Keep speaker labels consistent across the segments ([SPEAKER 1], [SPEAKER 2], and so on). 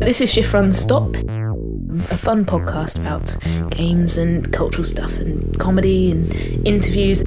[SPEAKER 1] This is Shift Run Stop, a fun podcast about games and cultural stuff and comedy and interviews.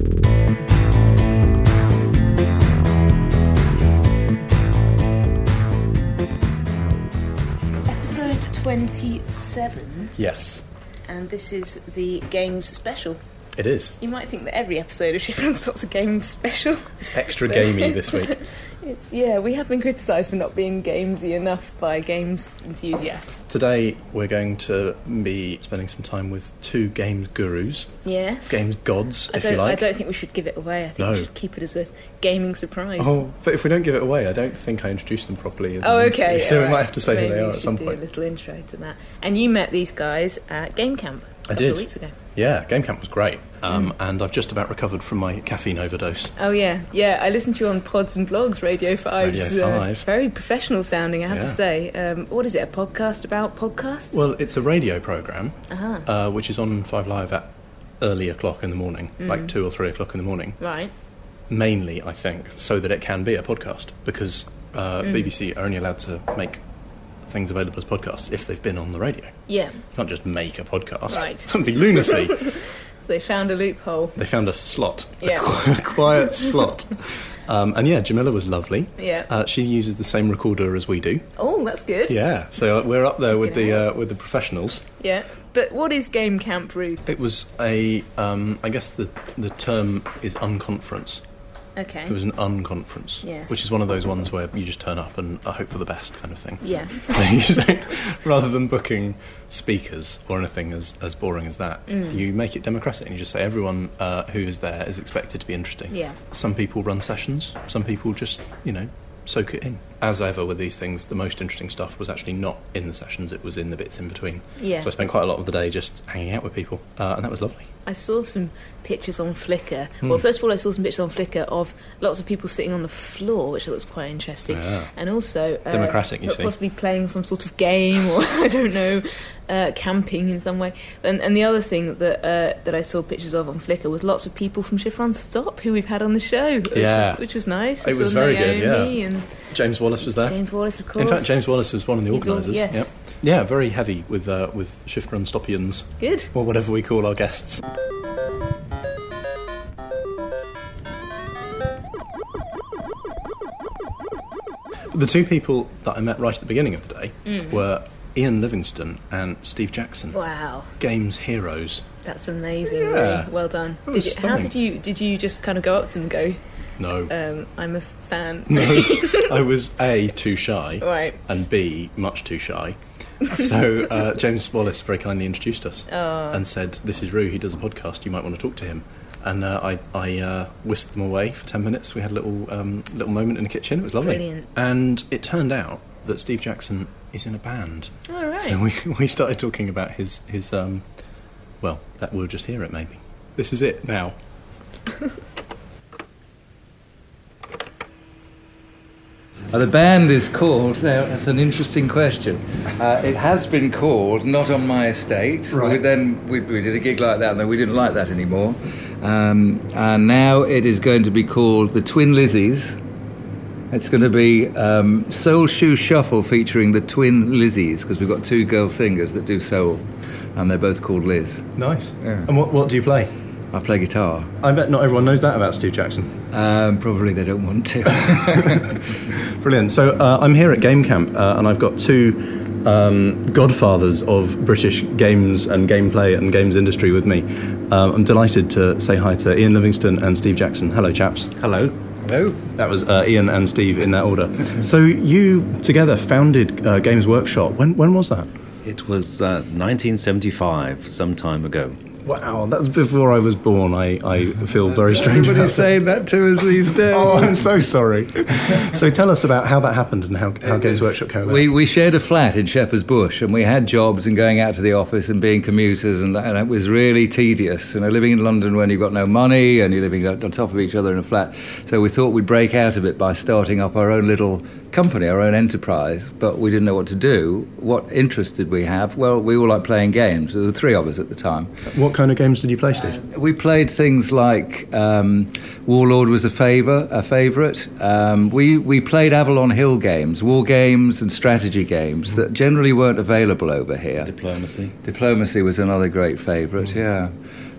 [SPEAKER 1] Episode 27,
[SPEAKER 2] Yes,
[SPEAKER 1] and this is the games special.
[SPEAKER 2] it is.
[SPEAKER 1] You might think that every episode of Shift Run Stop's a game special.
[SPEAKER 2] It's extra gamey this week.
[SPEAKER 1] It's, yeah, we have been criticised for not being gamesy enough by games enthusiasts.
[SPEAKER 2] Today we're going to be spending some time with two games gurus,
[SPEAKER 1] Yes.
[SPEAKER 2] games gods,
[SPEAKER 1] I
[SPEAKER 2] if
[SPEAKER 1] don't,
[SPEAKER 2] you like.
[SPEAKER 1] I don't think we should give it away. I think we
[SPEAKER 2] No.
[SPEAKER 1] should keep it as a gaming surprise.
[SPEAKER 2] Oh, but if we don't give it away, I don't think I introduced them properly. in
[SPEAKER 1] Oh,
[SPEAKER 2] the
[SPEAKER 1] okay.
[SPEAKER 2] interview, So we
[SPEAKER 1] alright.
[SPEAKER 2] might have to say
[SPEAKER 1] Maybe
[SPEAKER 2] who they
[SPEAKER 1] we
[SPEAKER 2] are at
[SPEAKER 1] should
[SPEAKER 2] some
[SPEAKER 1] do
[SPEAKER 2] point.
[SPEAKER 1] A little intro to that. And you met these guys at Game Camp. a couple
[SPEAKER 2] did.
[SPEAKER 1] Of weeks ago.
[SPEAKER 2] Yeah, Game Camp was great, um,
[SPEAKER 1] Mm.
[SPEAKER 2] and I've just about recovered from my caffeine overdose.
[SPEAKER 1] Oh yeah, yeah. I listened to you on Pods and Blogs, Radio Five.
[SPEAKER 2] Radio 5.
[SPEAKER 1] very professional sounding, I have to
[SPEAKER 2] Yeah.
[SPEAKER 1] say. Um, what is it? A podcast about podcasts?
[SPEAKER 2] Well, it's a radio program
[SPEAKER 1] uh-huh.
[SPEAKER 2] uh, which is on Five Live at early o'clock in the morning,
[SPEAKER 1] Mm.
[SPEAKER 2] like two or three o'clock in the morning.
[SPEAKER 1] right.
[SPEAKER 2] mainly, I think, so that it can be a podcast because uh,
[SPEAKER 1] Mm.
[SPEAKER 2] BBC are only allowed to make things available as podcasts if they've been on the radio.
[SPEAKER 1] Yeah,
[SPEAKER 2] You can't just make a podcast.
[SPEAKER 1] Right.
[SPEAKER 2] That'd be lunacy.
[SPEAKER 1] they found a loophole.
[SPEAKER 2] they found a slot,
[SPEAKER 1] Yeah.
[SPEAKER 2] a qui- quiet slot. Um, and yeah, Jamila was lovely.
[SPEAKER 1] Yeah.
[SPEAKER 2] Uh, she uses the same recorder as we do.
[SPEAKER 1] oh, that's good.
[SPEAKER 2] Yeah, so uh, we're up there with
[SPEAKER 1] Good
[SPEAKER 2] the uh, with the professionals.
[SPEAKER 1] Yeah. But what is Game Camp, Rude?
[SPEAKER 2] It was a, um, I guess the the term is unconference.
[SPEAKER 1] Okay.
[SPEAKER 2] It was an unconference,
[SPEAKER 1] Yes.
[SPEAKER 2] which is one of those ones where you just turn up and uh, hope for the best kind of thing.
[SPEAKER 1] yeah.
[SPEAKER 2] So you don't- rather than booking speakers or anything as, as boring as that,
[SPEAKER 1] Mm.
[SPEAKER 2] you make it democratic and you just say everyone uh, who is there is expected to be interesting.
[SPEAKER 1] Yeah.
[SPEAKER 2] Some people run sessions, some people just, you know, soak it in. As ever with these things, the most interesting stuff was actually not in the sessions, it was in the bits in between.
[SPEAKER 1] Yeah.
[SPEAKER 2] So I spent quite a lot of the day just hanging out with people, uh, and that was lovely.
[SPEAKER 1] I saw some pictures on Flickr.
[SPEAKER 2] Hmm.
[SPEAKER 1] Well, first of all, I saw some pictures on Flickr of lots of people sitting on the floor, which I thought was quite interesting,
[SPEAKER 2] Yeah.
[SPEAKER 1] and also uh,
[SPEAKER 2] Democratic, you see.
[SPEAKER 1] possibly playing some sort of game or I don't know, uh, camping in some way. And, and the other thing that uh, that I saw pictures of on Flickr was lots of people from Chiffron Stop who we've had on the show, which,
[SPEAKER 2] Yeah.
[SPEAKER 1] was, which was nice. I
[SPEAKER 2] It was
[SPEAKER 1] saw
[SPEAKER 2] very good,
[SPEAKER 1] Naomi
[SPEAKER 2] yeah.
[SPEAKER 1] and
[SPEAKER 2] James Wallace was there.
[SPEAKER 1] James Wallace, of course.
[SPEAKER 2] In fact, James Wallace was one of the
[SPEAKER 1] He's all-
[SPEAKER 2] organisers.
[SPEAKER 1] yes.
[SPEAKER 2] Yep. Yeah, very heavy with uh, with shift run stoppians
[SPEAKER 1] good.
[SPEAKER 2] or whatever we call our guests. The two people that I met right at the beginning of the day were Ian Livingston and Steve Jackson,
[SPEAKER 1] Wow,
[SPEAKER 2] games heroes.
[SPEAKER 1] that's amazing.
[SPEAKER 2] Yeah.
[SPEAKER 1] really. Well done.
[SPEAKER 2] That was
[SPEAKER 1] Did you, how
[SPEAKER 2] stunning.
[SPEAKER 1] did you did you just kind of go up to them and go?
[SPEAKER 2] No,
[SPEAKER 1] Um, I'm a fan.
[SPEAKER 2] no, I was a too shy.
[SPEAKER 1] Right.
[SPEAKER 2] and B, much too shy. So uh, James Wallace very kindly introduced us
[SPEAKER 1] Oh.
[SPEAKER 2] and said, "This is Rue. He does a podcast. You might want to talk to him." And uh, I, I uh, whisked them away for ten minutes. We had a little um, little moment in the kitchen. It was lovely.
[SPEAKER 1] Brilliant.
[SPEAKER 2] And it turned out that Steve Jackson is in a band.
[SPEAKER 1] All right.
[SPEAKER 2] So we, we started talking about his his um, well, that we'll just hear it maybe. This is it now.
[SPEAKER 3] Uh, The band is called. Now, that's an interesting question. Uh, it has been called Not on My Estate. We,
[SPEAKER 4] Right.
[SPEAKER 3] then we, we did a gig like that, and then we didn't like that anymore. Um, and now it is going to be called The Twin Lizzies. It's going to be um, Soul Shoe Shuffle featuring the Twin Lizzies because we've got two girl singers that do soul, and they're both called Liz.
[SPEAKER 2] Nice.
[SPEAKER 3] Yeah.
[SPEAKER 2] And what what do you play?
[SPEAKER 3] I play guitar.
[SPEAKER 2] I bet not everyone knows that about Steve Jackson.
[SPEAKER 3] Um, probably they don't want to.
[SPEAKER 2] Brilliant. So uh, I'm here at Game Camp, uh, and I've got two um, godfathers of British games and gameplay and games industry with me. Um, I'm delighted to say hi to Ian Livingston and Steve Jackson. Hello, chaps. Hello.
[SPEAKER 3] Hello.
[SPEAKER 2] That was uh, Ian and Steve in that order. so you together founded uh, Games Workshop. When when was that?
[SPEAKER 4] It was uh, 1975, some time ago.
[SPEAKER 2] Wow, that was before I was born. I, I feel very strange. about
[SPEAKER 3] Everybody's saying that to us these days.
[SPEAKER 2] Oh, I'm so sorry. so tell us about how that happened and how, how Games Workshop came about.
[SPEAKER 3] We, we shared a flat in Shepherd's Bush and we had jobs and going out to the office and being commuters and, that- and it was really tedious. You know, living in London when you've got no money and you're living on on top of each other in a flat. So we thought we'd break out of it by starting up our own little company, our own enterprise, but we didn't know what to do. What interest did we have? Well, we all like playing games. There were three of us at the time.
[SPEAKER 2] what what kind of games did you play, Steve?
[SPEAKER 3] We played things like um, Warlord was a favor, a favorite. Um, we we played Avalon Hill games, war games, and strategy games that generally weren't available over here.
[SPEAKER 4] Diplomacy.
[SPEAKER 3] Diplomacy was another great favourite, yeah.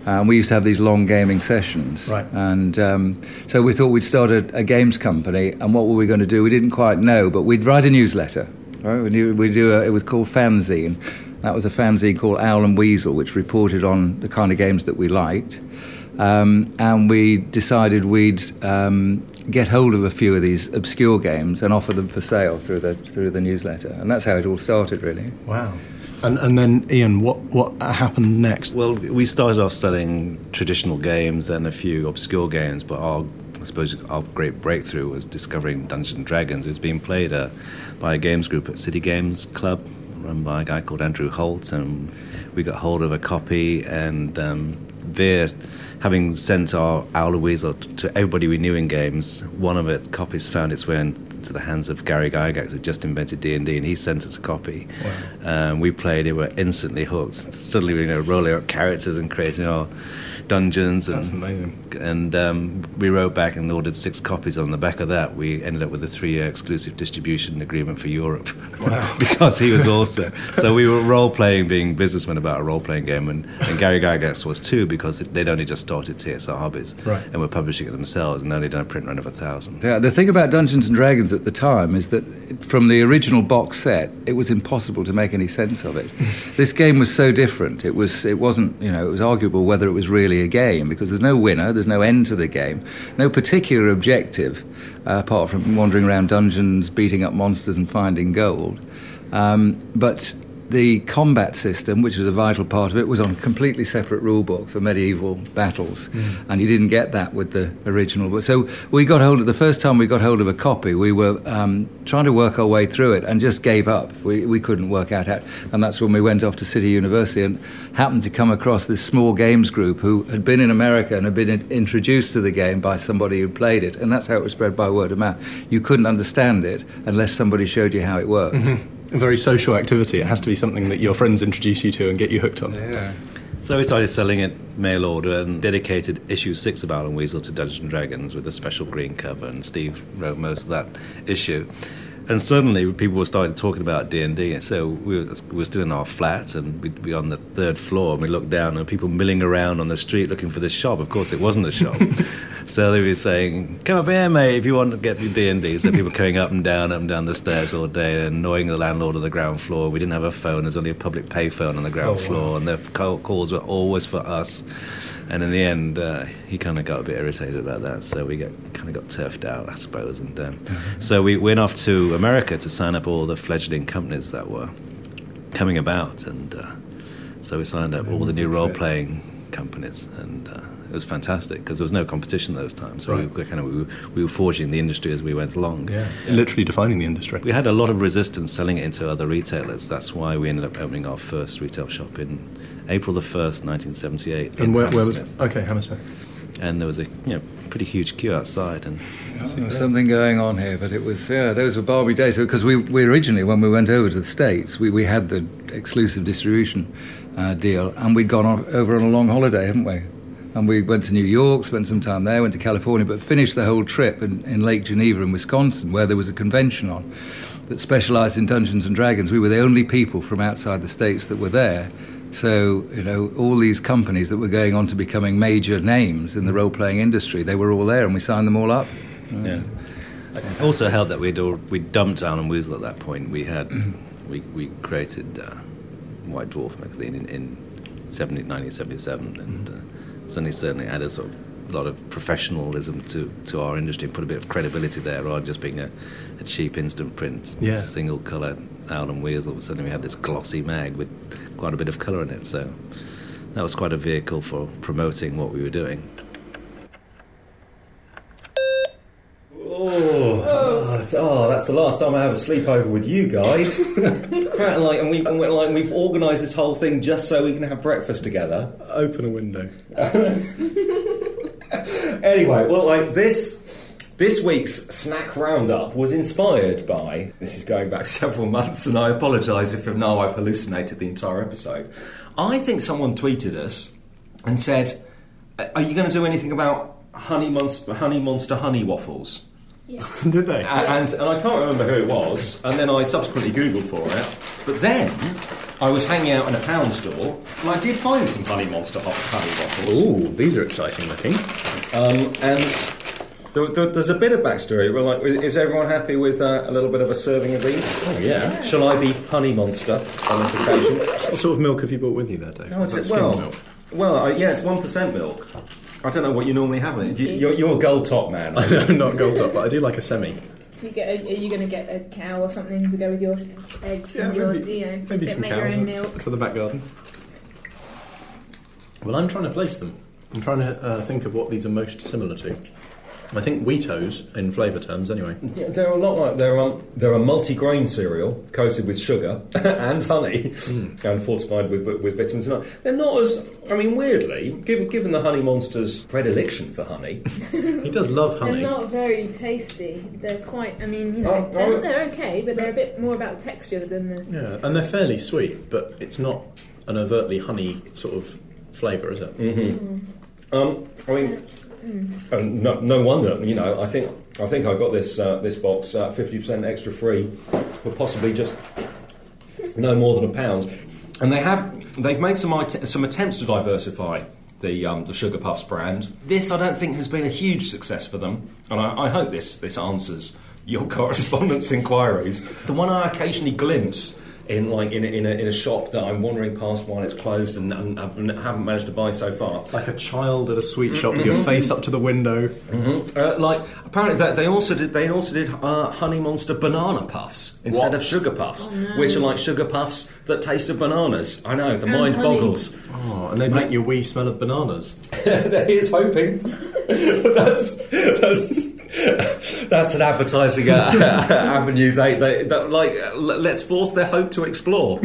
[SPEAKER 3] And we used to have these long gaming sessions.
[SPEAKER 2] Right.
[SPEAKER 3] And um, so we thought we'd start a, a games company, and what were we going to do? We didn't quite know, but we'd write a newsletter. Right? We do, we do a, it was called Fanzine. That was a fanzine called Owl and Weasel, which reported on the kind of games that we liked. Um, and we decided we'd um, get hold of a few of these obscure games and offer them for sale through the, through the newsletter. And that's how it all started, really.
[SPEAKER 2] Wow. And, and then, Ian, what, what happened next?
[SPEAKER 4] Well, we started off selling traditional games and a few obscure games, but our I suppose our great breakthrough was discovering Dungeons and Dragons. It was being played uh, by a games group at City Games Club, run by a guy called Andrew Holt, and we got hold of a copy. And um, Veer, having sent our Owl Weasel t- to everybody we knew in games, one of its copies found its way into the hands of Gary Gygax, who just invented D and D, and he sent us a copy. Um, we played it, were instantly hooked. Suddenly, we you know, rolling out characters and creating our dungeons. And,
[SPEAKER 2] That's amazing.
[SPEAKER 4] And um, we wrote back and ordered six copies. On the back of that, we ended up with a three-year exclusive distribution agreement for Europe. because he was also. so we were role-playing, being businessmen about a role-playing game, and, and Gary Gygax was too, because they'd only just started TSR Hobbies,
[SPEAKER 2] Right.
[SPEAKER 4] and were publishing it themselves, and only done a print run of a thousand.
[SPEAKER 3] Yeah, the thing about Dungeons and Dragons at the time is that from the original box set, it was impossible to make any sense of it. this game was so different. It was it wasn't you know it was arguable whether it was really a game because there's no winner, there's no end to the game, no particular objective uh, apart from wandering around dungeons, beating up monsters, and finding gold. Um, but the combat system, which was a vital part of it, was on a completely separate rulebook for medieval battles, and you didn't get that with the original. But so we got hold of the first time we got hold of a copy, we were um, trying to work our way through it and just gave up. We, we couldn't work out how, and that's when we went off to City University and happened to come across this small games group who had been in America and had been in- introduced to the game by somebody who played it, and that's how it was spread by word of mouth. You couldn't understand it unless somebody showed you how it worked.
[SPEAKER 2] A very social activity. It has to be something that your friends introduce you to and get you hooked on.
[SPEAKER 3] Yeah.
[SPEAKER 4] So we started selling it mail order and dedicated issue six of Owl and Weasel to Dungeons and Dragons with a special green cover, and Steve wrote most of that issue. And suddenly people were started talking about D and D, and so we were, we were still in our flat, and we'd be on the third floor, and we looked down, and people milling around on the street looking for this shop. Of course, it wasn't a shop, so they were saying, "Come up here, mate, if you want to get the D and D." So people coming up and down, up and down the stairs all day, and annoying the landlord on the ground floor. We didn't have a phone; there's only a public payphone on the ground floor, and the call- calls were always for us. And in the end, uh, he kind of got a bit irritated about that, so we got kind of got turfed out, I suppose. And um,
[SPEAKER 2] Mm-hmm.
[SPEAKER 4] so we went off to America to sign up all the fledgling companies that were coming about, and uh, so we signed up all the
[SPEAKER 2] Mm-hmm.
[SPEAKER 4] new role playing companies, and uh, it was fantastic because there was no competition at those times. So we
[SPEAKER 2] Right.
[SPEAKER 4] were kind of we were, we were forging the industry as we went along.
[SPEAKER 2] Literally defining the industry.
[SPEAKER 4] We had a lot of resistance selling it into other retailers. That's why we ended up opening our first retail shop in April the 1st, 1978. in
[SPEAKER 2] And where, where was
[SPEAKER 4] Hammersmith.
[SPEAKER 2] okay Hammersmith?
[SPEAKER 4] And there was a you know, pretty huge queue outside. And
[SPEAKER 3] There was something going on here, but it was yeah. Those were Barbie days because we, we originally when we went over to the states, we, we had the exclusive distribution uh, deal, and we'd gone on, over on a long holiday, hadn't we? And we went to New York, spent some time there, went to California, but finished the whole trip in, in Lake Geneva in Wisconsin, where there was a convention on that specialised in Dungeons and Dragons. We were the only people from outside the states that were there. So, you know, all these companies that were going on to becoming major names in the role playing industry, they were all there and we signed them all up.
[SPEAKER 4] yeah. It also helped that we'd, all, we dumped Alan Weasel at that point. We had we, we created uh, White Dwarf magazine in, in 70, 1977 and uh, certainly, certainly added sort of a lot of professionalism to, to our industry and put a bit of credibility there rather than just being a, a cheap instant print,
[SPEAKER 2] Yeah.
[SPEAKER 4] single colour Owl and Weasel. Suddenly we had this glossy mag with quite a bit of colour in it. So that was quite a vehicle for promoting what we were doing.
[SPEAKER 5] Oh, it's- oh, that's the last time I have a sleepover with you guys. and like, and we and we're like, we've organised this whole thing just so we can have breakfast together.
[SPEAKER 2] Open a window.
[SPEAKER 5] Anyway, well, like this. This week's snack roundup was inspired by. This is going back several months, and I apologise if now I've hallucinated the entire episode. I think someone tweeted us and said, "Are you going to do anything about honey monster, honey monster, honey waffles?"
[SPEAKER 6] Did they?
[SPEAKER 5] A- and, and I can't remember who it was. And then I subsequently Googled for it. But then I was hanging out in a pound store, and I did find some Honey Monster hot honey waffles.
[SPEAKER 2] Ooh, these are exciting looking.
[SPEAKER 5] Um, and there, there, there's a bit of backstory. We're like, is everyone happy with uh, a little bit of a serving of these? Oh yeah. Shall I be Honey Monster on this occasion?
[SPEAKER 2] What sort of milk have you brought with you there, Dave?
[SPEAKER 5] No,
[SPEAKER 2] Is that
[SPEAKER 5] it's-
[SPEAKER 2] skimmed
[SPEAKER 5] well,
[SPEAKER 2] milk?
[SPEAKER 5] well, I, yeah, it's one percent milk. I don't know what you normally have in it. You, you're, you're a gold top man. aren't you?
[SPEAKER 2] Not gold top, but I do like a semi.
[SPEAKER 1] Do you get a, are you going to get a cow or something to go with your eggs and your, you know,
[SPEAKER 2] maybe
[SPEAKER 1] get,
[SPEAKER 2] some
[SPEAKER 1] make your
[SPEAKER 2] cows
[SPEAKER 1] own
[SPEAKER 2] and-
[SPEAKER 1] milk?
[SPEAKER 2] for the back garden. Well, I'm trying to place them. I'm trying to uh, think of what these are most similar to. I think Wheatos, in flavour terms, anyway.
[SPEAKER 5] Yeah, they're a lot like they're um, they're a multi-grain cereal coated with sugar and honey and fortified with with vitamins. And all. they're not as I mean, weirdly, given given the honey monster's predilection for honey,
[SPEAKER 2] He does love honey.
[SPEAKER 1] They're not very tasty. They're quite. I mean, you know,
[SPEAKER 5] Oh,
[SPEAKER 1] they're,
[SPEAKER 5] oh.
[SPEAKER 1] they're okay, but they're a bit more about texture than the.
[SPEAKER 2] Yeah, and they're fairly sweet, but it's not an overtly honey sort of flavour, is it?
[SPEAKER 5] um, I mean, and no, no wonder you know. I think I think I got this uh, this box fifty percent extra free for possibly just no more than a pound. And they have they've made some it- some attempts to diversify the um, the Sugar Puffs brand. This I don't think has been a huge success for them, and I, I hope this this answers your correspondence inquiries. The one I occasionally glimpse. In like in a, in, a, in a shop that I'm wandering past while it's closed and, and I've- haven't managed to buy so far
[SPEAKER 2] Like a child at a sweet shop with your face up to the window.
[SPEAKER 5] Uh, like apparently that they also did they also did uh, honey monster banana puffs instead of sugar puffs
[SPEAKER 1] Oh,
[SPEAKER 5] which are like sugar puffs that taste of bananas i know the
[SPEAKER 1] And
[SPEAKER 5] mind
[SPEAKER 1] honey.
[SPEAKER 5] boggles
[SPEAKER 2] Oh, and they make your wee smell of bananas.
[SPEAKER 5] there he is hoping that's that's that's an appetizing uh, avenue they, they that, like uh, l- let's force their hope to explore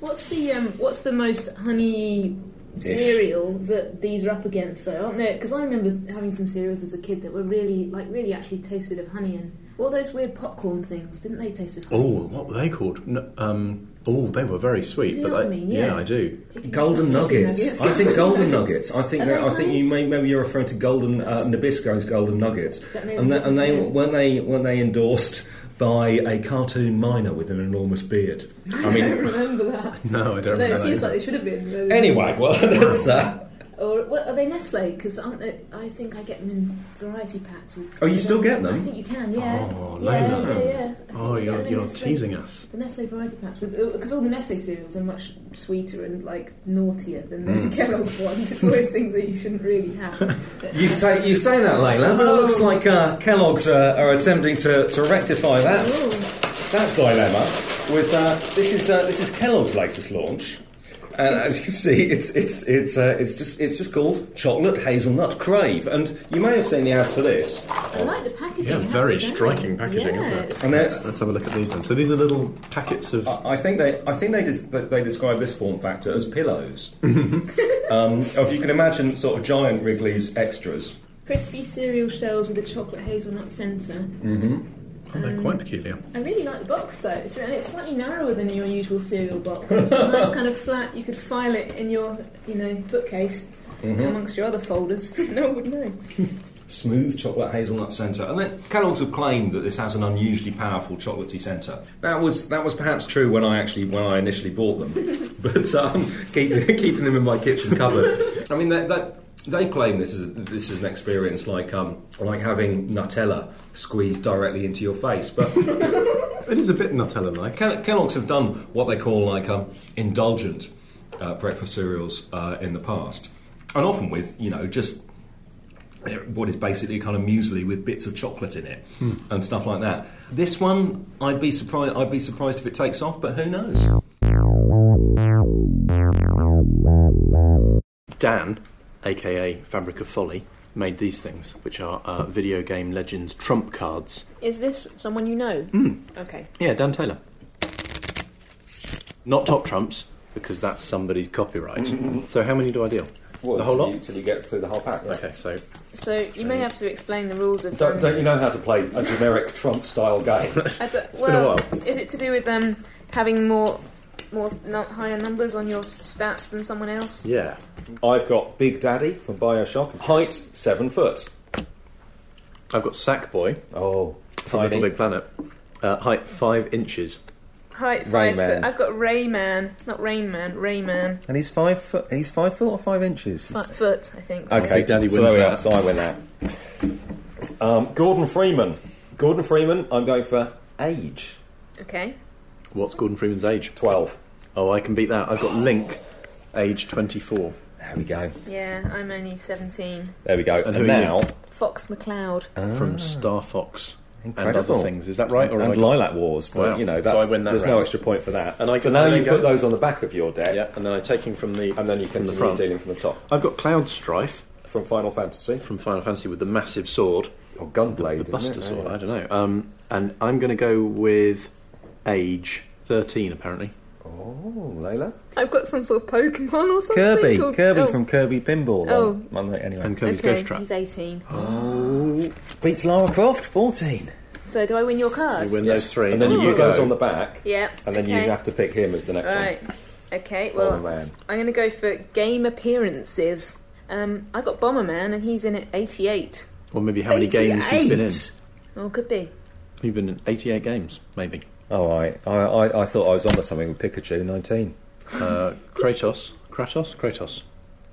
[SPEAKER 1] What's the um, What's the most honey cereal that these are up against though? Aren't there? Because I remember having some cereals as a kid that were really like really actually tasted of honey and all those weird popcorn things. Didn't they taste of honey?
[SPEAKER 2] Oh, what were they called? No, um, oh, they were very sweet.
[SPEAKER 1] You
[SPEAKER 2] but
[SPEAKER 1] know what
[SPEAKER 2] I-
[SPEAKER 1] I mean, yeah.
[SPEAKER 2] I do.
[SPEAKER 5] golden
[SPEAKER 1] Chicken
[SPEAKER 5] nuggets i think golden nuggets i think
[SPEAKER 1] Are
[SPEAKER 5] that-
[SPEAKER 1] they
[SPEAKER 5] i think
[SPEAKER 1] honey?
[SPEAKER 5] you may maybe you're referring to golden uh, nabisco's golden nuggets
[SPEAKER 1] That may
[SPEAKER 5] and,
[SPEAKER 1] be
[SPEAKER 5] that, and they
[SPEAKER 1] different, yeah.
[SPEAKER 5] when they when they endorsed by a cartoon miner with an enormous beard i
[SPEAKER 1] I don't
[SPEAKER 5] mean
[SPEAKER 1] remember that.
[SPEAKER 2] No, I don't
[SPEAKER 1] No, it
[SPEAKER 2] remember. that
[SPEAKER 1] seems
[SPEAKER 2] either.
[SPEAKER 1] like they should have been. though.
[SPEAKER 5] anyway well that's uh,
[SPEAKER 1] Or what, are they Nestle? Because aren't they? I think I get them in variety packs. With,
[SPEAKER 5] Oh, you still get them?
[SPEAKER 1] I think you can. Yeah.
[SPEAKER 2] Oh,
[SPEAKER 1] yeah, yeah,
[SPEAKER 2] Lola.
[SPEAKER 1] yeah. I think
[SPEAKER 2] Oh,
[SPEAKER 1] you get them
[SPEAKER 2] you're,
[SPEAKER 1] in
[SPEAKER 2] you're
[SPEAKER 1] Nestle.
[SPEAKER 2] teasing us.
[SPEAKER 1] The Nestle variety packs, because all the Nestle cereals are much sweeter and like naughtier than the
[SPEAKER 2] Mm.
[SPEAKER 1] Kellogg's ones. It's always things that you shouldn't really have.
[SPEAKER 5] you say you say that Layla, but it looks
[SPEAKER 1] Oh.
[SPEAKER 5] like uh, kellogg's uh, are attempting to, to rectify that
[SPEAKER 1] Oh.
[SPEAKER 5] that dilemma with uh, this is uh, this is Kellogg's latest launch, and as you see, it's it's it's uh, it's just it's just called chocolate hazelnut crave, and you may have seen the ads for this.
[SPEAKER 1] I like the packaging.
[SPEAKER 2] Yeah,
[SPEAKER 1] I have
[SPEAKER 2] very
[SPEAKER 1] to say.
[SPEAKER 2] striking packaging,
[SPEAKER 1] yeah,
[SPEAKER 2] isn't it?
[SPEAKER 1] it's-
[SPEAKER 5] And they're-
[SPEAKER 2] Let's have a look at these then. So these are little packets of. oh,
[SPEAKER 5] I I think they I think they des- they- they describe this form factor as pillows. um, if you can imagine sort of giant Wrigley's extras.
[SPEAKER 1] Crispy cereal shells with a chocolate hazelnut centre.
[SPEAKER 2] oh, they're quite peculiar.
[SPEAKER 1] I really like the box though. It's, really, it's slightly narrower than your usual cereal box. It's a nice kind of flat. You could file it in your, you know, bookcase amongst your other folders. no one would know.
[SPEAKER 5] smooth chocolate hazelnut centre. And then Kellogg's have claimed that this has an unusually powerful chocolatey centre. That was that was perhaps true when I actually when I initially bought them, but um, keep, keeping them in my kitchen cupboard. I mean that. that they claim this is this is an experience like um, like having Nutella squeezed directly into your face, but
[SPEAKER 2] It is a bit Nutella like.
[SPEAKER 5] Kel- Kellogg's have done what they call like um, indulgent uh, breakfast cereals uh, in the past, and often with you know just uh, what is basically kind of muesli with bits of chocolate in it and stuff like that. This one, I'd be surprised. I'd be surprised if it takes off, but who knows?
[SPEAKER 2] Dan, aka Fabric of Folly, made these things, which are uh, video game legends trump cards.
[SPEAKER 1] Is this someone you know? Okay.
[SPEAKER 2] Yeah, Dan Taylor. Not top trumps, because that's somebody's copyright. So how many do I deal? the whole lot?
[SPEAKER 5] you get through the whole pack.
[SPEAKER 2] Okay, so
[SPEAKER 1] So you may have to explain the rules of. um,
[SPEAKER 5] you know how to play a generic Trump-style game?
[SPEAKER 1] I don't-
[SPEAKER 2] been a
[SPEAKER 1] well, is it to do with um, having more
[SPEAKER 7] more s- no, higher numbers on your s- stats than someone else?
[SPEAKER 2] Yeah.
[SPEAKER 1] I've got Big Daddy from Bioshock. Height seven foot.
[SPEAKER 2] I've got Sackboy
[SPEAKER 1] Oh,
[SPEAKER 2] from Little
[SPEAKER 1] tiny.
[SPEAKER 2] Big Planet. Uh, height five inches.
[SPEAKER 7] Height five
[SPEAKER 5] Rayman.
[SPEAKER 7] foot. I've got Rayman, not Rainman, Rayman.
[SPEAKER 5] And he's five foot. He's five foot or five inches.
[SPEAKER 7] Five foot, I think.
[SPEAKER 5] Okay,
[SPEAKER 2] Big Daddy
[SPEAKER 5] so
[SPEAKER 2] wins
[SPEAKER 5] there we
[SPEAKER 2] that.
[SPEAKER 5] are. So I win that.
[SPEAKER 1] Um, Gordon Freeman. Gordon Freeman. I'm going for age
[SPEAKER 7] Okay.
[SPEAKER 2] What's Gordon Freeman's age?
[SPEAKER 1] twelve.
[SPEAKER 2] Oh, I can beat that. I've got Link, age 24.
[SPEAKER 5] There we go.
[SPEAKER 7] Yeah, I'm only 17.
[SPEAKER 5] There we go.
[SPEAKER 2] And
[SPEAKER 5] And,
[SPEAKER 2] who are you?
[SPEAKER 5] now,
[SPEAKER 7] Fox McCloud.
[SPEAKER 2] from Star Fox and
[SPEAKER 5] Incredible.
[SPEAKER 2] other things. Is that right?
[SPEAKER 5] and
[SPEAKER 2] have I got-
[SPEAKER 5] Lilac Wars, but
[SPEAKER 2] Wow.
[SPEAKER 5] you
[SPEAKER 2] So
[SPEAKER 5] know that's,
[SPEAKER 2] I win that
[SPEAKER 5] there's no
[SPEAKER 2] round.
[SPEAKER 5] extra point for that.
[SPEAKER 2] And I
[SPEAKER 5] so
[SPEAKER 2] can-
[SPEAKER 5] now
[SPEAKER 2] and
[SPEAKER 5] you
[SPEAKER 2] then go-
[SPEAKER 5] put those on the back of your deck,
[SPEAKER 2] Yeah, and then I take him from the
[SPEAKER 5] and then you
[SPEAKER 2] from the
[SPEAKER 5] continue
[SPEAKER 2] front.
[SPEAKER 1] Dealing from the top
[SPEAKER 2] I've got Cloud Strife
[SPEAKER 1] from Final Fantasy
[SPEAKER 2] from Final Fantasy with the massive sword,
[SPEAKER 5] or gunblade,
[SPEAKER 2] the
[SPEAKER 5] isn't
[SPEAKER 2] Buster
[SPEAKER 5] it?
[SPEAKER 2] sword. I don't know. Um, and I'm going to go with age 13, apparently.
[SPEAKER 5] Oh, Layla,
[SPEAKER 7] I've got some sort of Pokemon or something.
[SPEAKER 5] Kirby,
[SPEAKER 7] called-
[SPEAKER 5] Kirby
[SPEAKER 7] oh,
[SPEAKER 5] from Kirby Pinball.
[SPEAKER 7] Oh.
[SPEAKER 5] Oh, um, anyway,
[SPEAKER 2] And Kirby's
[SPEAKER 7] okay,
[SPEAKER 2] Ghost Trap.
[SPEAKER 7] He's 18.
[SPEAKER 5] oh, beats Lara Croft, fourteen.
[SPEAKER 7] So do I win your
[SPEAKER 2] You
[SPEAKER 7] cards?
[SPEAKER 2] win
[SPEAKER 5] Yes.
[SPEAKER 2] those three,
[SPEAKER 1] and then
[SPEAKER 7] Ooh.
[SPEAKER 1] you goes on the back
[SPEAKER 7] Yeah.
[SPEAKER 1] and then
[SPEAKER 7] okay.
[SPEAKER 1] you have to pick him as the next
[SPEAKER 7] Right. Okay,
[SPEAKER 5] Oh
[SPEAKER 7] well,
[SPEAKER 5] man,
[SPEAKER 7] I'm going to go for game appearances. Um, I got Bomberman, and he's in at 88.
[SPEAKER 2] or maybe how many games he's been in.
[SPEAKER 5] 88.
[SPEAKER 7] Oh, could be.
[SPEAKER 2] He's been in 88 games, maybe.
[SPEAKER 5] all right. I, I, I thought I was onto something with Pikachu, nineteen.
[SPEAKER 2] Uh, Kratos, Kratos, Kratos,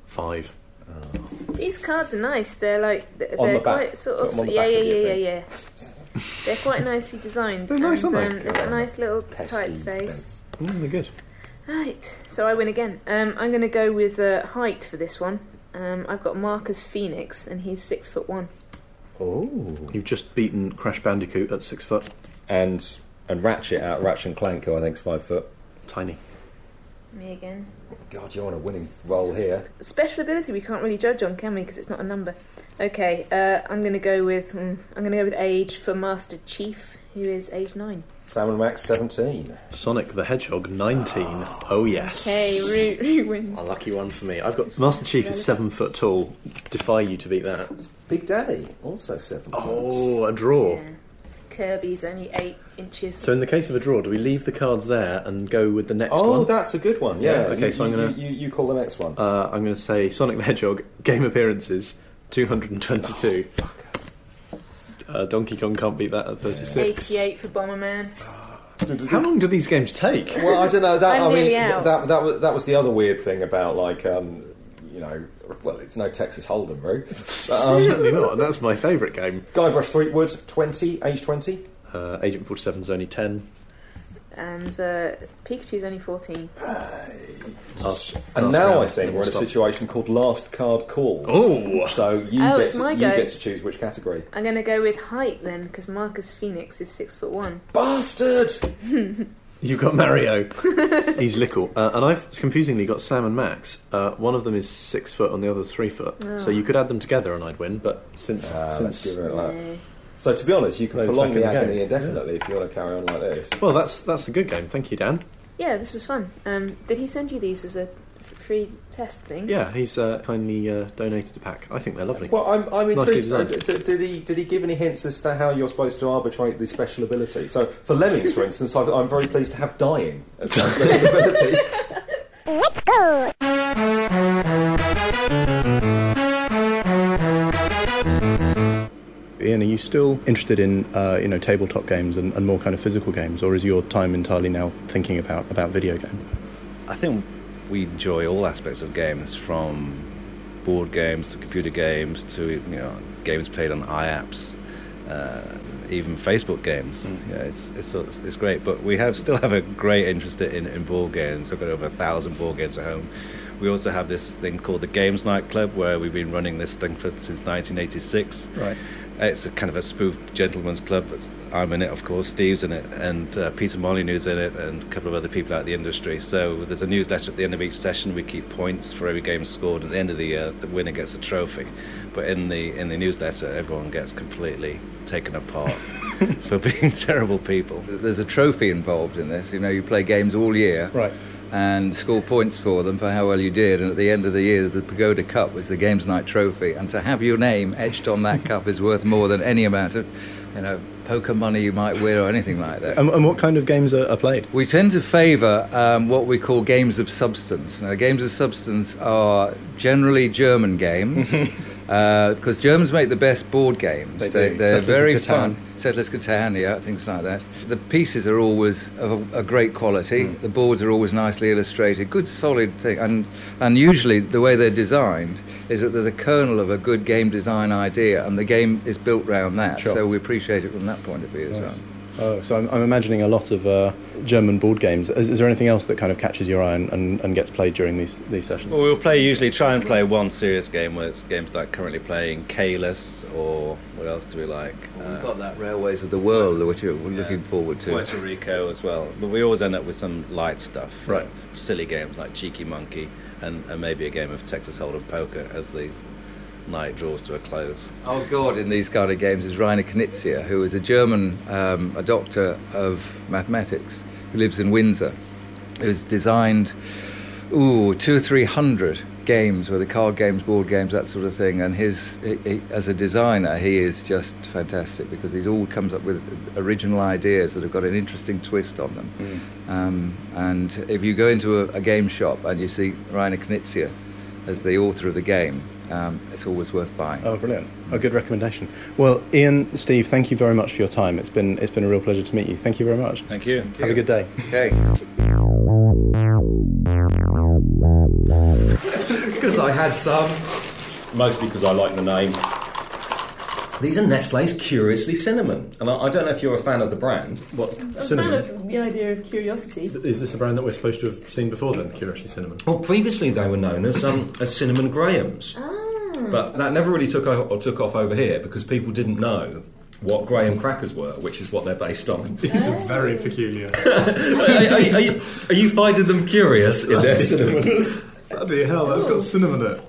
[SPEAKER 2] five.
[SPEAKER 7] These cards are nice. They're like they're,
[SPEAKER 1] On the
[SPEAKER 7] they're
[SPEAKER 1] back.
[SPEAKER 7] quite sort
[SPEAKER 1] Put
[SPEAKER 7] of
[SPEAKER 1] them on the
[SPEAKER 7] yeah
[SPEAKER 1] back
[SPEAKER 7] yeah
[SPEAKER 1] of your
[SPEAKER 7] yeah yeah
[SPEAKER 1] thing.
[SPEAKER 7] yeah. They're quite nicely designed.
[SPEAKER 2] They're nice,
[SPEAKER 7] and,
[SPEAKER 2] aren't they?
[SPEAKER 7] Um, they've got a nice little
[SPEAKER 5] Pesky
[SPEAKER 7] typeface.
[SPEAKER 5] things.
[SPEAKER 2] Mm, they're good.
[SPEAKER 7] Right, so I win again. Um, I'm going to go with uh, height for this one. Um, I've got Marcus Phoenix, and he's six foot one.
[SPEAKER 5] Oh,
[SPEAKER 2] You've just beaten Crash Bandicoot at six foot,
[SPEAKER 5] and and Ratchet out Ratchet and Clank, who I think's five foot.
[SPEAKER 2] tiny.
[SPEAKER 7] Me again.
[SPEAKER 5] God, you're on a winning roll here.
[SPEAKER 7] Special ability we can't really judge on, can we? Because it's not a number. Okay, uh, I'm going to go with mm, I'm going to go with age for Master Chief, who is age nine.
[SPEAKER 5] Salmon Max, seventeen.
[SPEAKER 2] Sonic the Hedgehog, 19. Oh, yes.
[SPEAKER 7] Okay, Roo, Roo wins.
[SPEAKER 2] A lucky one for me. I've got Master Chief is seven foot tall. Defy you to beat that.
[SPEAKER 5] Big Daddy, also seven foot.
[SPEAKER 2] Oh, a draw.
[SPEAKER 7] Yeah. Kirby's only eight inches.
[SPEAKER 2] So in the case of a draw, do we leave the cards there and go with the next one?
[SPEAKER 5] Oh, that's a good one. Yeah.
[SPEAKER 2] Yeah, okay,
[SPEAKER 5] you,
[SPEAKER 2] so I'm
[SPEAKER 5] you-
[SPEAKER 2] gonna-
[SPEAKER 5] you, you call the next one.
[SPEAKER 2] uh, I'm going to say Sonic the Hedgehog game appearances 222. uh, Donkey Kong can't beat that at 36.
[SPEAKER 7] 88 for Bomberman.
[SPEAKER 2] How long do these games take?
[SPEAKER 5] Well, I don't know. That,
[SPEAKER 7] I'm
[SPEAKER 5] I mean,
[SPEAKER 7] nearly
[SPEAKER 5] th-
[SPEAKER 7] out.
[SPEAKER 5] that that was, that was the other weird thing about like um, you know, well, it's no Texas Hold'em, Roo. But, um,
[SPEAKER 2] Uh, Certainly not. And that's my favourite game.
[SPEAKER 5] Guybrush Threepwood, twenty, age twenty.
[SPEAKER 2] Uh, Agent 47's only 10.
[SPEAKER 7] And uh, Pikachu's only 14.
[SPEAKER 2] Last-
[SPEAKER 5] And
[SPEAKER 2] last
[SPEAKER 5] now
[SPEAKER 2] round,
[SPEAKER 5] I think
[SPEAKER 2] then
[SPEAKER 5] we're in a
[SPEAKER 2] we'll stop.
[SPEAKER 5] situation called last card calls.
[SPEAKER 2] Oh.
[SPEAKER 5] so you
[SPEAKER 7] Oh,
[SPEAKER 5] get
[SPEAKER 7] it's
[SPEAKER 5] to,
[SPEAKER 7] my
[SPEAKER 5] you
[SPEAKER 7] go.
[SPEAKER 5] get to choose which category.
[SPEAKER 7] I'm going to go with height then, because Marcus Phoenix is six foot one.
[SPEAKER 5] Bastard!
[SPEAKER 2] You've got Mario. He's little, uh, and I've confusingly got Sam and Max. Uh, one of them is six foot, and the other three foot.
[SPEAKER 7] Ah.
[SPEAKER 2] So you could add them together, and I'd win. But since
[SPEAKER 5] Ah, let's
[SPEAKER 2] since
[SPEAKER 5] give it like.
[SPEAKER 7] No.
[SPEAKER 5] So to be honest, you can
[SPEAKER 2] Loads
[SPEAKER 5] prolong
[SPEAKER 2] back in
[SPEAKER 5] the
[SPEAKER 2] the game.
[SPEAKER 5] agony indefinitely if you want to carry on like this.
[SPEAKER 2] well, that's that's a good game. Thank you, Dan.
[SPEAKER 7] Yeah, this was fun. Um, did he send you these as a f- free test thing?
[SPEAKER 2] Yeah, he's uh, kindly uh, donated a pack. I think they're lovely.
[SPEAKER 5] Well, I'm, I'm
[SPEAKER 2] Nicely
[SPEAKER 5] intrigued. Uh,
[SPEAKER 2] designed.
[SPEAKER 5] d- d- did he did he give any hints as to how you're supposed to arbitrate the special ability? So for Lemmings, for instance, I've, I'm very pleased to have dying as my special ability.
[SPEAKER 8] Ian, are you still interested in uh, you know tabletop games and, and more kind of physical games, or is your time entirely now thinking about about video games?
[SPEAKER 4] I think we enjoy all aspects of games, from board games to computer games to you know games played on iApps, uh, even Facebook games. Yeah, it's, it's sort- it's great. But we have still have a great interest in, in board games. I've got over a thousand board games at home. We also have this thing called the Games Night Club, where we've been running this thing for since 1986.
[SPEAKER 8] Right.
[SPEAKER 4] It's a kind of a spoof gentleman's club. It's, I'm in it, of course. Steve's in it, and uh, Peter Molyneux's in it, and a couple of other people out of the industry. So there's a newsletter at the end of each session. We keep points for every game scored. At the end of the year, the winner gets a trophy. But in the in the newsletter, everyone gets completely taken apart for being terrible people.
[SPEAKER 3] There's a trophy involved in this. You know, you play games all year.
[SPEAKER 8] Right.
[SPEAKER 3] And score points for them for how well you did. And at the end of the year, the Pagoda Cup was the Games Night trophy. And to have your name etched on that cup is worth more than any amount of you know, poker money you might win or anything like that.
[SPEAKER 8] And, and what kind of games are, are played?
[SPEAKER 3] We tend to favour um, what we call games of substance. Now, games of substance are generally German games because Germans make the best board games.
[SPEAKER 8] They do.
[SPEAKER 3] are
[SPEAKER 8] Settlers of
[SPEAKER 3] very
[SPEAKER 8] Catan.
[SPEAKER 3] fun. Settlers of Catan, yeah, things like that. The pieces are always of a, a great quality.
[SPEAKER 8] Hmm.
[SPEAKER 3] The boards are always nicely illustrated. Good, solid thing. And, and usually the way they're designed is that there's a kernel of a good game design idea, and the game is built round that.
[SPEAKER 8] Sure.
[SPEAKER 3] So we appreciate it from that point of view as well.
[SPEAKER 8] Oh, so I'm, I'm imagining a lot of uh, German board games. Is, is there anything else that kind of catches your eye and, and, and gets played during these, these sessions?
[SPEAKER 4] Well, we'll play usually try and play one serious game where it's games like currently playing Kalis or what else do we like? Uh,
[SPEAKER 3] Well, Oh, We've got that Railways of the World, which we're looking forward to.
[SPEAKER 4] Puerto Rico as well. But we always end up with some light stuff,
[SPEAKER 8] Right.
[SPEAKER 4] Silly games like Cheeky Monkey and, and maybe a game of Texas Hold'em poker as the night draws to a close.
[SPEAKER 3] Our god in these kind of games is Rainer Knizia, who is a German, um, a doctor of mathematics, who lives in Windsor, who's designed, ooh, two or three hundred games, whether card games, board games, that sort of thing. And his, he, he, as a designer, he is just fantastic because he's all comes up with original ideas that have got an interesting twist on them. Um, and if you go into a, a game shop and you see Rainer Knizia as the author of the game, um, it's always worth buying.
[SPEAKER 8] Oh, brilliant! A good recommendation. Well, Ian, Steve, thank you very much for your time. It's been it's been a real pleasure to meet you. Thank you very much.
[SPEAKER 4] Thank you.
[SPEAKER 8] Have a good day.
[SPEAKER 3] Okay. Because I had some.
[SPEAKER 6] mostly because I like the name. These are Nestle's Curiously Cinnamon, and I, I don't know if you're a fan of the brand. What
[SPEAKER 1] I'm a fan of the idea of curiosity.
[SPEAKER 2] Is this a brand that we're supposed to have seen before then, Curiously Cinnamon?
[SPEAKER 6] Well, previously they were known as um, as Cinnamon Grahams, but that never really took o- or took off over here because people didn't know what Graham crackers were, which is what they're based on.
[SPEAKER 2] These are very peculiar.
[SPEAKER 6] are, are- are you, are you finding them curious in their cinnamons?
[SPEAKER 2] Bloody hell, that's got cinnamon in it.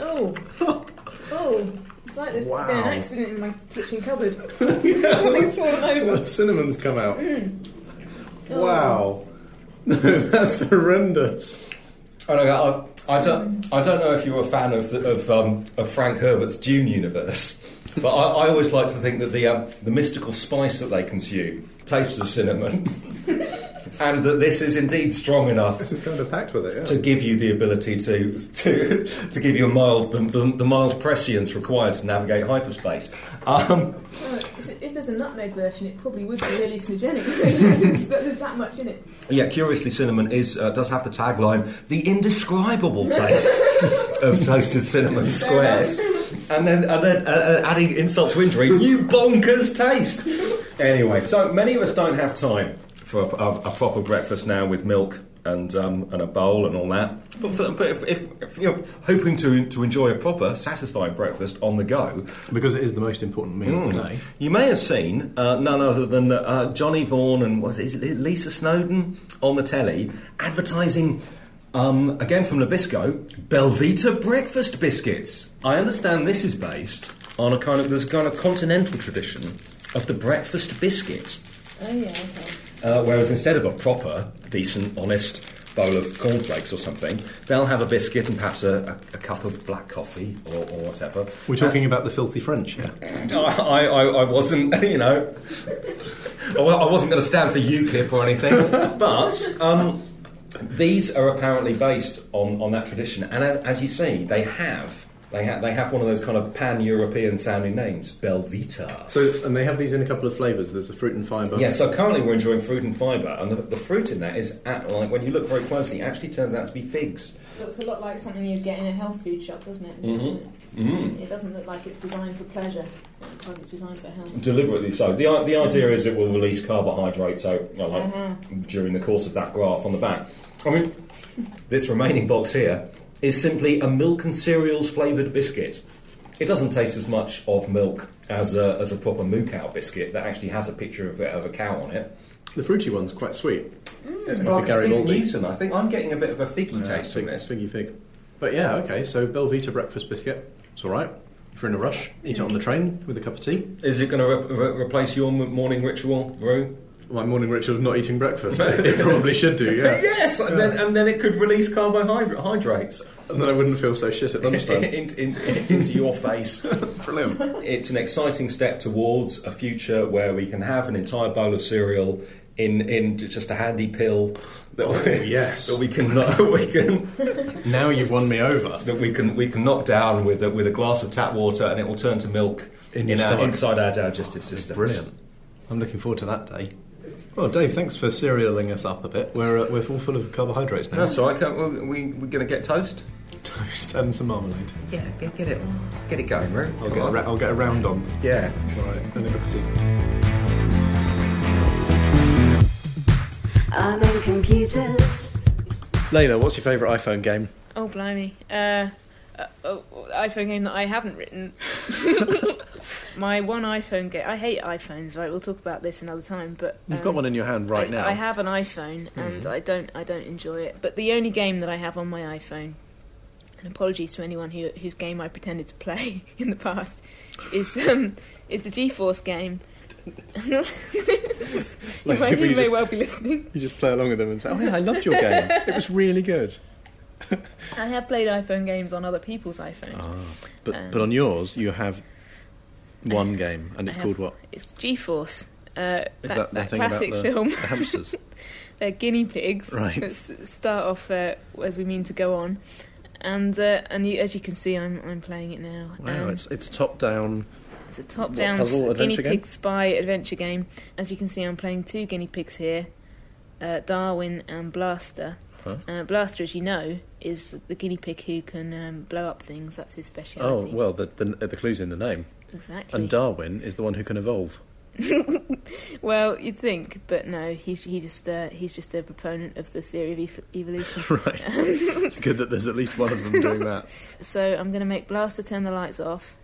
[SPEAKER 1] Oh, oh, it's like there's been an accident in my kitchen cupboard. Something's fallen over.
[SPEAKER 2] Cinnamon's come out.
[SPEAKER 1] Oh.
[SPEAKER 2] Wow. that's horrendous.
[SPEAKER 6] Oh, no, I, I don't. I don't know if you're a fan of the, of, um, of Frank Herbert's Dune universe, but I, I always like to think that the um, the mystical spice that they consume tastes of cinnamon, and that this is indeed strong enough
[SPEAKER 2] This is kind of packed with it, yeah.
[SPEAKER 6] to give you the ability to to, to give you a mild the, the, the mild prescience required to navigate hyperspace. Um,
[SPEAKER 1] Oh, so if there's a nutmeg version, it probably would be hallucinogenic. there's, there's that much in it.
[SPEAKER 6] yeah, curiously, cinnamon is uh, does have the tagline "the indescribable taste of toasted cinnamon squares," and then and then uh, uh, adding insult to injury, "new bonkers taste." Anyway, so many of us don't have time for a, a, a proper breakfast now with milk. And, um, and a bowl and all that. But, for, but if, if, if you're hoping to, to enjoy a proper, satisfying breakfast on the go,
[SPEAKER 2] Because it is the most important meal of the day.
[SPEAKER 6] Hmm. You may have seen uh, none other than uh, Johnny Vaughan and was it Lisa Snowden on the telly advertising um, again from Nabisco Belvita breakfast biscuits. I understand this is based on a kind of there's a kind of continental tradition of the breakfast biscuit,
[SPEAKER 1] Oh yeah, okay.
[SPEAKER 6] uh, whereas instead of a proper, decent, honest bowl of cornflakes or something, they'll have a biscuit and perhaps a, a, a cup of black coffee or, or whatever.
[SPEAKER 2] We're talking about the filthy French. Yeah.
[SPEAKER 6] No, I, I, I wasn't, you know, I wa- I wasn't going to stand for UKIP or anything. But um, these are apparently based on, on that tradition, and as, as you see, they have they have they have one of those kind of pan-European sounding names, Belvita.
[SPEAKER 2] So, and they have these in a couple of flavours. There's a fruit and fibre.
[SPEAKER 6] Yeah, so currently we're enjoying fruit and fibre, and the, the fruit in that is, at, like, when you look very closely, it actually turns out to be figs.
[SPEAKER 1] Looks a lot like something you'd get in a health food shop, doesn't it? It doesn't- It doesn't look like it's designed for pleasure. It looks like it's designed for health.
[SPEAKER 6] Deliberately so. The, i- the idea is it will release carbohydrate, so you know, like, during the course of that graph on the back. I mean, this remaining box here is simply a milk and cereals flavoured biscuit. It doesn't taste as much of milk as a, as a proper moo cow biscuit that actually has a picture of, of a cow on it.
[SPEAKER 2] The fruity one's quite sweet. like
[SPEAKER 6] It's like
[SPEAKER 2] a
[SPEAKER 6] a fig
[SPEAKER 2] Garibaldi.
[SPEAKER 6] Newton. I think I'm getting a bit of a figgy taste from
[SPEAKER 2] Fig,
[SPEAKER 6] this.
[SPEAKER 2] figgy fig. But yeah, okay, so Belvita breakfast biscuit. It's alright. If you're in a rush, eat it on the train with a cup of tea.
[SPEAKER 6] Is it going to re- re- replace your m- morning ritual, Rue?
[SPEAKER 2] my morning ritual of not eating breakfast. It, it probably should do, yeah.
[SPEAKER 6] Yes, and then and then it could release carbohydrates
[SPEAKER 2] And then I wouldn't feel so shit at lunchtime.
[SPEAKER 6] in, in, into your face.
[SPEAKER 2] Brilliant.
[SPEAKER 6] It's an exciting step towards a future where we can have an entire bowl of cereal in in just a handy pill that we,
[SPEAKER 2] Oh, yes.
[SPEAKER 6] that we can kno- we can
[SPEAKER 2] Now you've won me over.
[SPEAKER 6] that we can we can knock down with a, with a glass of tap water and it will turn to milk
[SPEAKER 2] In
[SPEAKER 6] in,
[SPEAKER 2] your
[SPEAKER 6] our,
[SPEAKER 2] stomach.
[SPEAKER 6] inside our digestive system.
[SPEAKER 2] Brilliant. I'm looking forward to that day. Well, Dave, thanks for cerealing us up a bit. We're, uh, we're all full of carbohydrates now.
[SPEAKER 6] That's all right. Can, we, we're going to get toast.
[SPEAKER 2] Toast and some marmalade.
[SPEAKER 6] Yeah, get, get it, get it going, Roo.
[SPEAKER 2] I'll get, a ra- I'll get a round on.
[SPEAKER 6] Yeah.
[SPEAKER 2] All right, and a cup of tea.
[SPEAKER 9] I'm on computers.
[SPEAKER 1] Layla, what's your favourite iPhone game?
[SPEAKER 7] Oh blimey! Uh, uh, oh, iPhone game that I haven't written. My one iPhone game. I hate iPhones. Right, we'll talk about this another time. But
[SPEAKER 1] You've
[SPEAKER 7] um,
[SPEAKER 1] got one in your hand right
[SPEAKER 7] I,
[SPEAKER 1] now. Hmm.
[SPEAKER 7] I have an iPhone, and I don't. I don't enjoy it. But the only game that I have on my iPhone, and apologies to anyone who, whose game I pretended to play in the past, is um, is the GeForce game. you
[SPEAKER 1] Like,
[SPEAKER 7] may,
[SPEAKER 1] if we
[SPEAKER 7] you may
[SPEAKER 1] just-
[SPEAKER 7] well be listening.
[SPEAKER 1] You just play along with them and say, "Oh yeah, I loved your game. It was really good."
[SPEAKER 7] I have played iPhone games on other people's
[SPEAKER 2] Ah.
[SPEAKER 7] iPhones.
[SPEAKER 1] Oh. But
[SPEAKER 7] Um,
[SPEAKER 1] but on yours, you have one game, and
[SPEAKER 7] I
[SPEAKER 1] it's
[SPEAKER 7] have-
[SPEAKER 1] called what?
[SPEAKER 7] It's G-force. Uh, that,
[SPEAKER 1] Is that the
[SPEAKER 7] that
[SPEAKER 1] thing about
[SPEAKER 7] classic
[SPEAKER 1] the-
[SPEAKER 7] film.
[SPEAKER 1] The hamsters.
[SPEAKER 7] They're guinea pigs.
[SPEAKER 1] Right.
[SPEAKER 7] That s- start off uh, as we mean to go on, and uh, and you, as you can see, I'm I'm playing it now.
[SPEAKER 1] Wow,
[SPEAKER 7] Um,
[SPEAKER 1] it's it's a top down.
[SPEAKER 7] it's a top-down
[SPEAKER 1] what, puzzle
[SPEAKER 7] s- guinea
[SPEAKER 1] adventure game?
[SPEAKER 7] pig spy adventure game. As you can see, I'm playing two guinea pigs here, uh, Darwin and Blaster.
[SPEAKER 1] Huh?
[SPEAKER 7] Uh, Blaster, as you know, is the guinea pig who can um, blow up things. That's his
[SPEAKER 1] Oh
[SPEAKER 7] speciality.
[SPEAKER 1] well, the, the the clue's in the name,
[SPEAKER 7] exactly.
[SPEAKER 1] and Darwin is the one who can evolve.
[SPEAKER 7] Well, you'd think, but no. He's he just uh, he's just a proponent of the theory of ev- evolution.
[SPEAKER 1] Right. it's good that there's at least one of them doing that.
[SPEAKER 7] So I'm going to make Blaster turn the lights off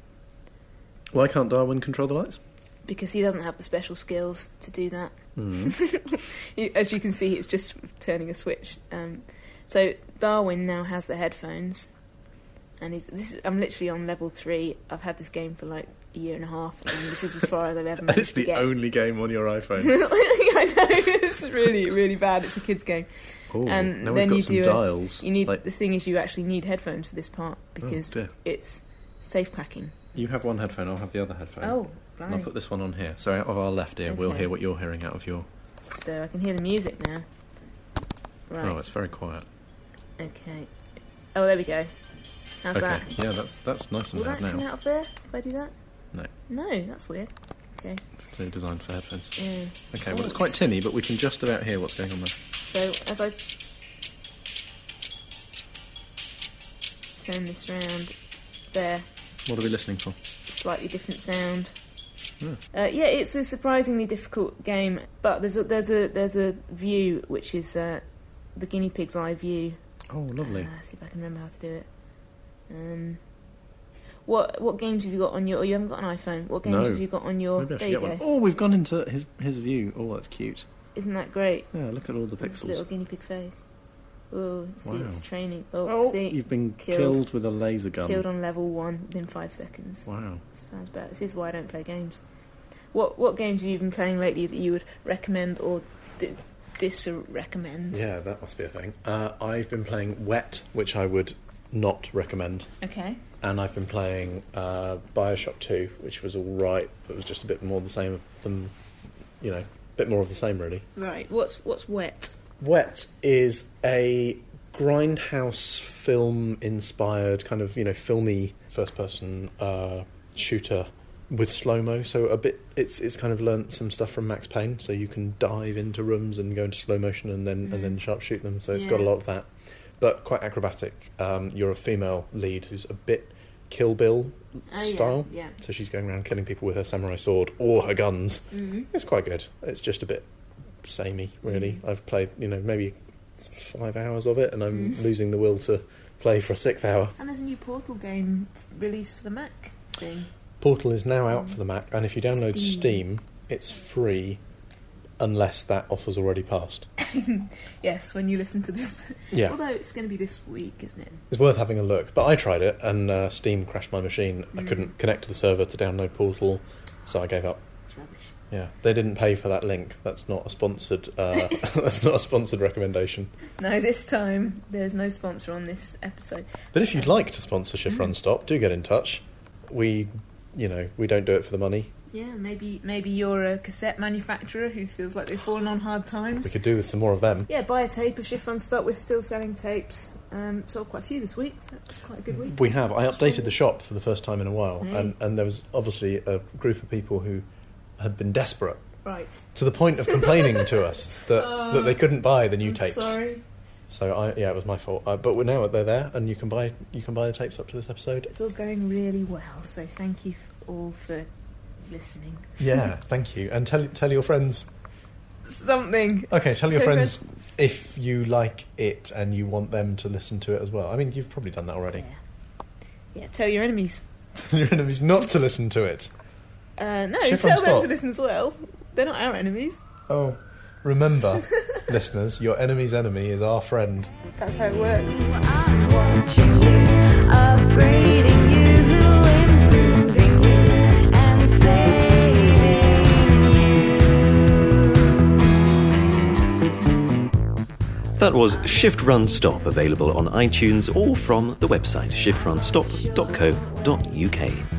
[SPEAKER 1] Why can't Darwin control the lights?
[SPEAKER 7] because he doesn't have the special skills to do that.
[SPEAKER 1] Mm-hmm.
[SPEAKER 7] You- As you can see, it's just turning a switch. Um, so Darwin now has the headphones, and he's this. Is, I'm literally on level three. I've had this game for like a year and a half, and this is as far as I've ever. managed
[SPEAKER 1] It's
[SPEAKER 7] to
[SPEAKER 1] the
[SPEAKER 7] get.
[SPEAKER 1] only game on your iPhone.
[SPEAKER 7] I know it's really really bad. It's a kids game.
[SPEAKER 1] Oh,
[SPEAKER 7] And
[SPEAKER 1] now we've
[SPEAKER 7] then
[SPEAKER 1] got
[SPEAKER 7] you
[SPEAKER 1] some
[SPEAKER 7] do a-
[SPEAKER 1] dials.
[SPEAKER 7] You need
[SPEAKER 1] like-
[SPEAKER 7] the thing is you actually need headphones for this part
[SPEAKER 1] oh,
[SPEAKER 7] because
[SPEAKER 1] dear.
[SPEAKER 7] it's safe cracking.
[SPEAKER 1] you have one headphone. I'll have the other headphone.
[SPEAKER 7] Oh,
[SPEAKER 1] And I'll
[SPEAKER 7] blimey.
[SPEAKER 1] put this one on here. So out of our left ear, we'll
[SPEAKER 7] Okay.
[SPEAKER 1] hear what you're hearing out of your.
[SPEAKER 7] so I can hear the music now. Right.
[SPEAKER 1] Oh, it's very quiet.
[SPEAKER 7] Okay. Oh, there we go. How's
[SPEAKER 1] okay.
[SPEAKER 7] that?
[SPEAKER 1] Yeah, that's that's nice and
[SPEAKER 7] Will
[SPEAKER 1] loud
[SPEAKER 7] that come
[SPEAKER 1] now.
[SPEAKER 7] out of there if I do that?
[SPEAKER 1] No.
[SPEAKER 7] No, that's weird. Okay.
[SPEAKER 1] It's clearly designed for headphones.
[SPEAKER 7] Yeah.
[SPEAKER 1] Okay, well it's quite tinny, but we can just about hear what's going on there.
[SPEAKER 7] So as I turn this round, there,
[SPEAKER 1] What are we listening for?
[SPEAKER 7] slightly different sound.
[SPEAKER 1] Hmm.
[SPEAKER 7] Uh, yeah, it's a surprisingly difficult game, but there's a there's a there's a view which is uh, the guinea pig's eye view.
[SPEAKER 1] Oh, lovely.
[SPEAKER 7] Uh, see if I can remember how to do it. Um, what what games have you got on your? oh, You haven't got an iPhone. What games
[SPEAKER 1] No.
[SPEAKER 7] have you got on your?
[SPEAKER 1] Maybe I
[SPEAKER 7] there
[SPEAKER 1] should
[SPEAKER 7] you
[SPEAKER 1] get
[SPEAKER 7] go.
[SPEAKER 1] one. Oh, we've gone into his his view. Oh, that's cute.
[SPEAKER 7] Isn't that great?
[SPEAKER 1] Yeah, look at all the
[SPEAKER 7] With This little
[SPEAKER 1] pixels.
[SPEAKER 7] guinny pig face. Oh, see, it's
[SPEAKER 1] Wow.
[SPEAKER 7] training. Oh,
[SPEAKER 1] Oh,
[SPEAKER 7] see,
[SPEAKER 1] you've been
[SPEAKER 7] killed.
[SPEAKER 1] killed. with a laser gun.
[SPEAKER 7] killed on level one within five seconds.
[SPEAKER 1] Wow.
[SPEAKER 7] Sounds bad. This is why I don't play games. What what games have you been playing lately that you would recommend or di- disrecommend?
[SPEAKER 2] Yeah, that must be a thing. Uh, I've been playing Wet, which I would not recommend.
[SPEAKER 7] Okay.
[SPEAKER 2] And I've been playing uh, Bioshock 2, which was alright, but was just a bit more the same than, you know, a bit more of the same, really.
[SPEAKER 7] Right. What's what's wet?
[SPEAKER 2] Wet is a grindhouse film inspired kind of you know filmy first person uh, shooter with slow mo. So a bit it's it's kind of learnt some stuff from Max Payne. So you can dive into rooms and go into slow motion and then and then sharp shoot them. So it's got a
[SPEAKER 7] Yeah.
[SPEAKER 2] lot of that, but quite acrobatic. Um, you're a female lead who's a bit Kill Bill
[SPEAKER 7] Oh,
[SPEAKER 2] style.
[SPEAKER 7] Yeah.
[SPEAKER 2] So she's going around killing people with her samurai sword or her guns.
[SPEAKER 7] yeah. hmm
[SPEAKER 2] It's quite good. It's just a bit samey, really.
[SPEAKER 7] Mm.
[SPEAKER 2] I've played, you know, maybe five hours of it, and I'm
[SPEAKER 7] Mm.
[SPEAKER 2] losing the will to play for a sixth hour.
[SPEAKER 7] And there's a new Portal game released for the Mac thing. Mm.
[SPEAKER 2] Portal is now out for the Mac, and if you download Steam,
[SPEAKER 7] Steam.
[SPEAKER 2] it's free, unless that offer's already passed.
[SPEAKER 7] Yes, when you listen to this.
[SPEAKER 2] Yeah,
[SPEAKER 7] Although it's going to be this week, isn't it?
[SPEAKER 2] it's worth having a look. But I tried it, and uh,
[SPEAKER 7] Mm.
[SPEAKER 2] Steam crashed my machine. I couldn't connect to the server to download Portal, so I gave up.
[SPEAKER 7] It's rubbish.
[SPEAKER 2] Yeah, they didn't pay for that link. That's not a sponsored. Uh, that's not a sponsored recommendation.
[SPEAKER 7] No, this time there's no sponsor on this episode.
[SPEAKER 2] But if you'd like to sponsor Shift Run Stop, do get in touch. We, you know, we don't do it for the money.
[SPEAKER 7] Yeah, maybe maybe you're a cassette manufacturer who feels like they've fallen on hard
[SPEAKER 2] We
[SPEAKER 7] times.
[SPEAKER 2] could do with some more of them.
[SPEAKER 7] Yeah, buy a tape of Shift Run Stop. We're still selling tapes. Um, sold quite a few this week. So it's quite a good week.
[SPEAKER 2] We have. I updated the shop for the first time in a while,
[SPEAKER 7] Hey.
[SPEAKER 2] and, and there was obviously a group of people who had been desperate
[SPEAKER 7] Right. Uh,
[SPEAKER 2] to the point of complaining to us that, that they couldn't buy the new
[SPEAKER 7] I'm
[SPEAKER 2] tapes.
[SPEAKER 7] Sorry.
[SPEAKER 2] So I, yeah, it was my fault. Uh, but we're now they're there, and you can buy you can buy the tapes up to this episode.
[SPEAKER 7] It's all going really well. So thank you f- all for listening.
[SPEAKER 2] Yeah, thank you, and tell tell your friends.
[SPEAKER 7] Something.
[SPEAKER 2] Okay, tell your
[SPEAKER 7] Tell your
[SPEAKER 2] friends if you like it and you want them to listen to it as well. I mean, you've probably done that already.
[SPEAKER 7] Yeah. Yeah, tell your enemies.
[SPEAKER 2] Tell your enemies not to listen to it.
[SPEAKER 7] Uh, no,
[SPEAKER 2] Shift
[SPEAKER 7] tell
[SPEAKER 2] on
[SPEAKER 7] them
[SPEAKER 2] stop.
[SPEAKER 7] to listen as well. They're not our enemies.
[SPEAKER 2] Oh, remember, listeners, your enemy's enemy is our friend.
[SPEAKER 7] That's how it works.
[SPEAKER 10] Watching you, upgrading you, improving you, and saving you.
[SPEAKER 8] That was Shift Run Stop, available on iTunes or from the website shiftrunstop.co.uk.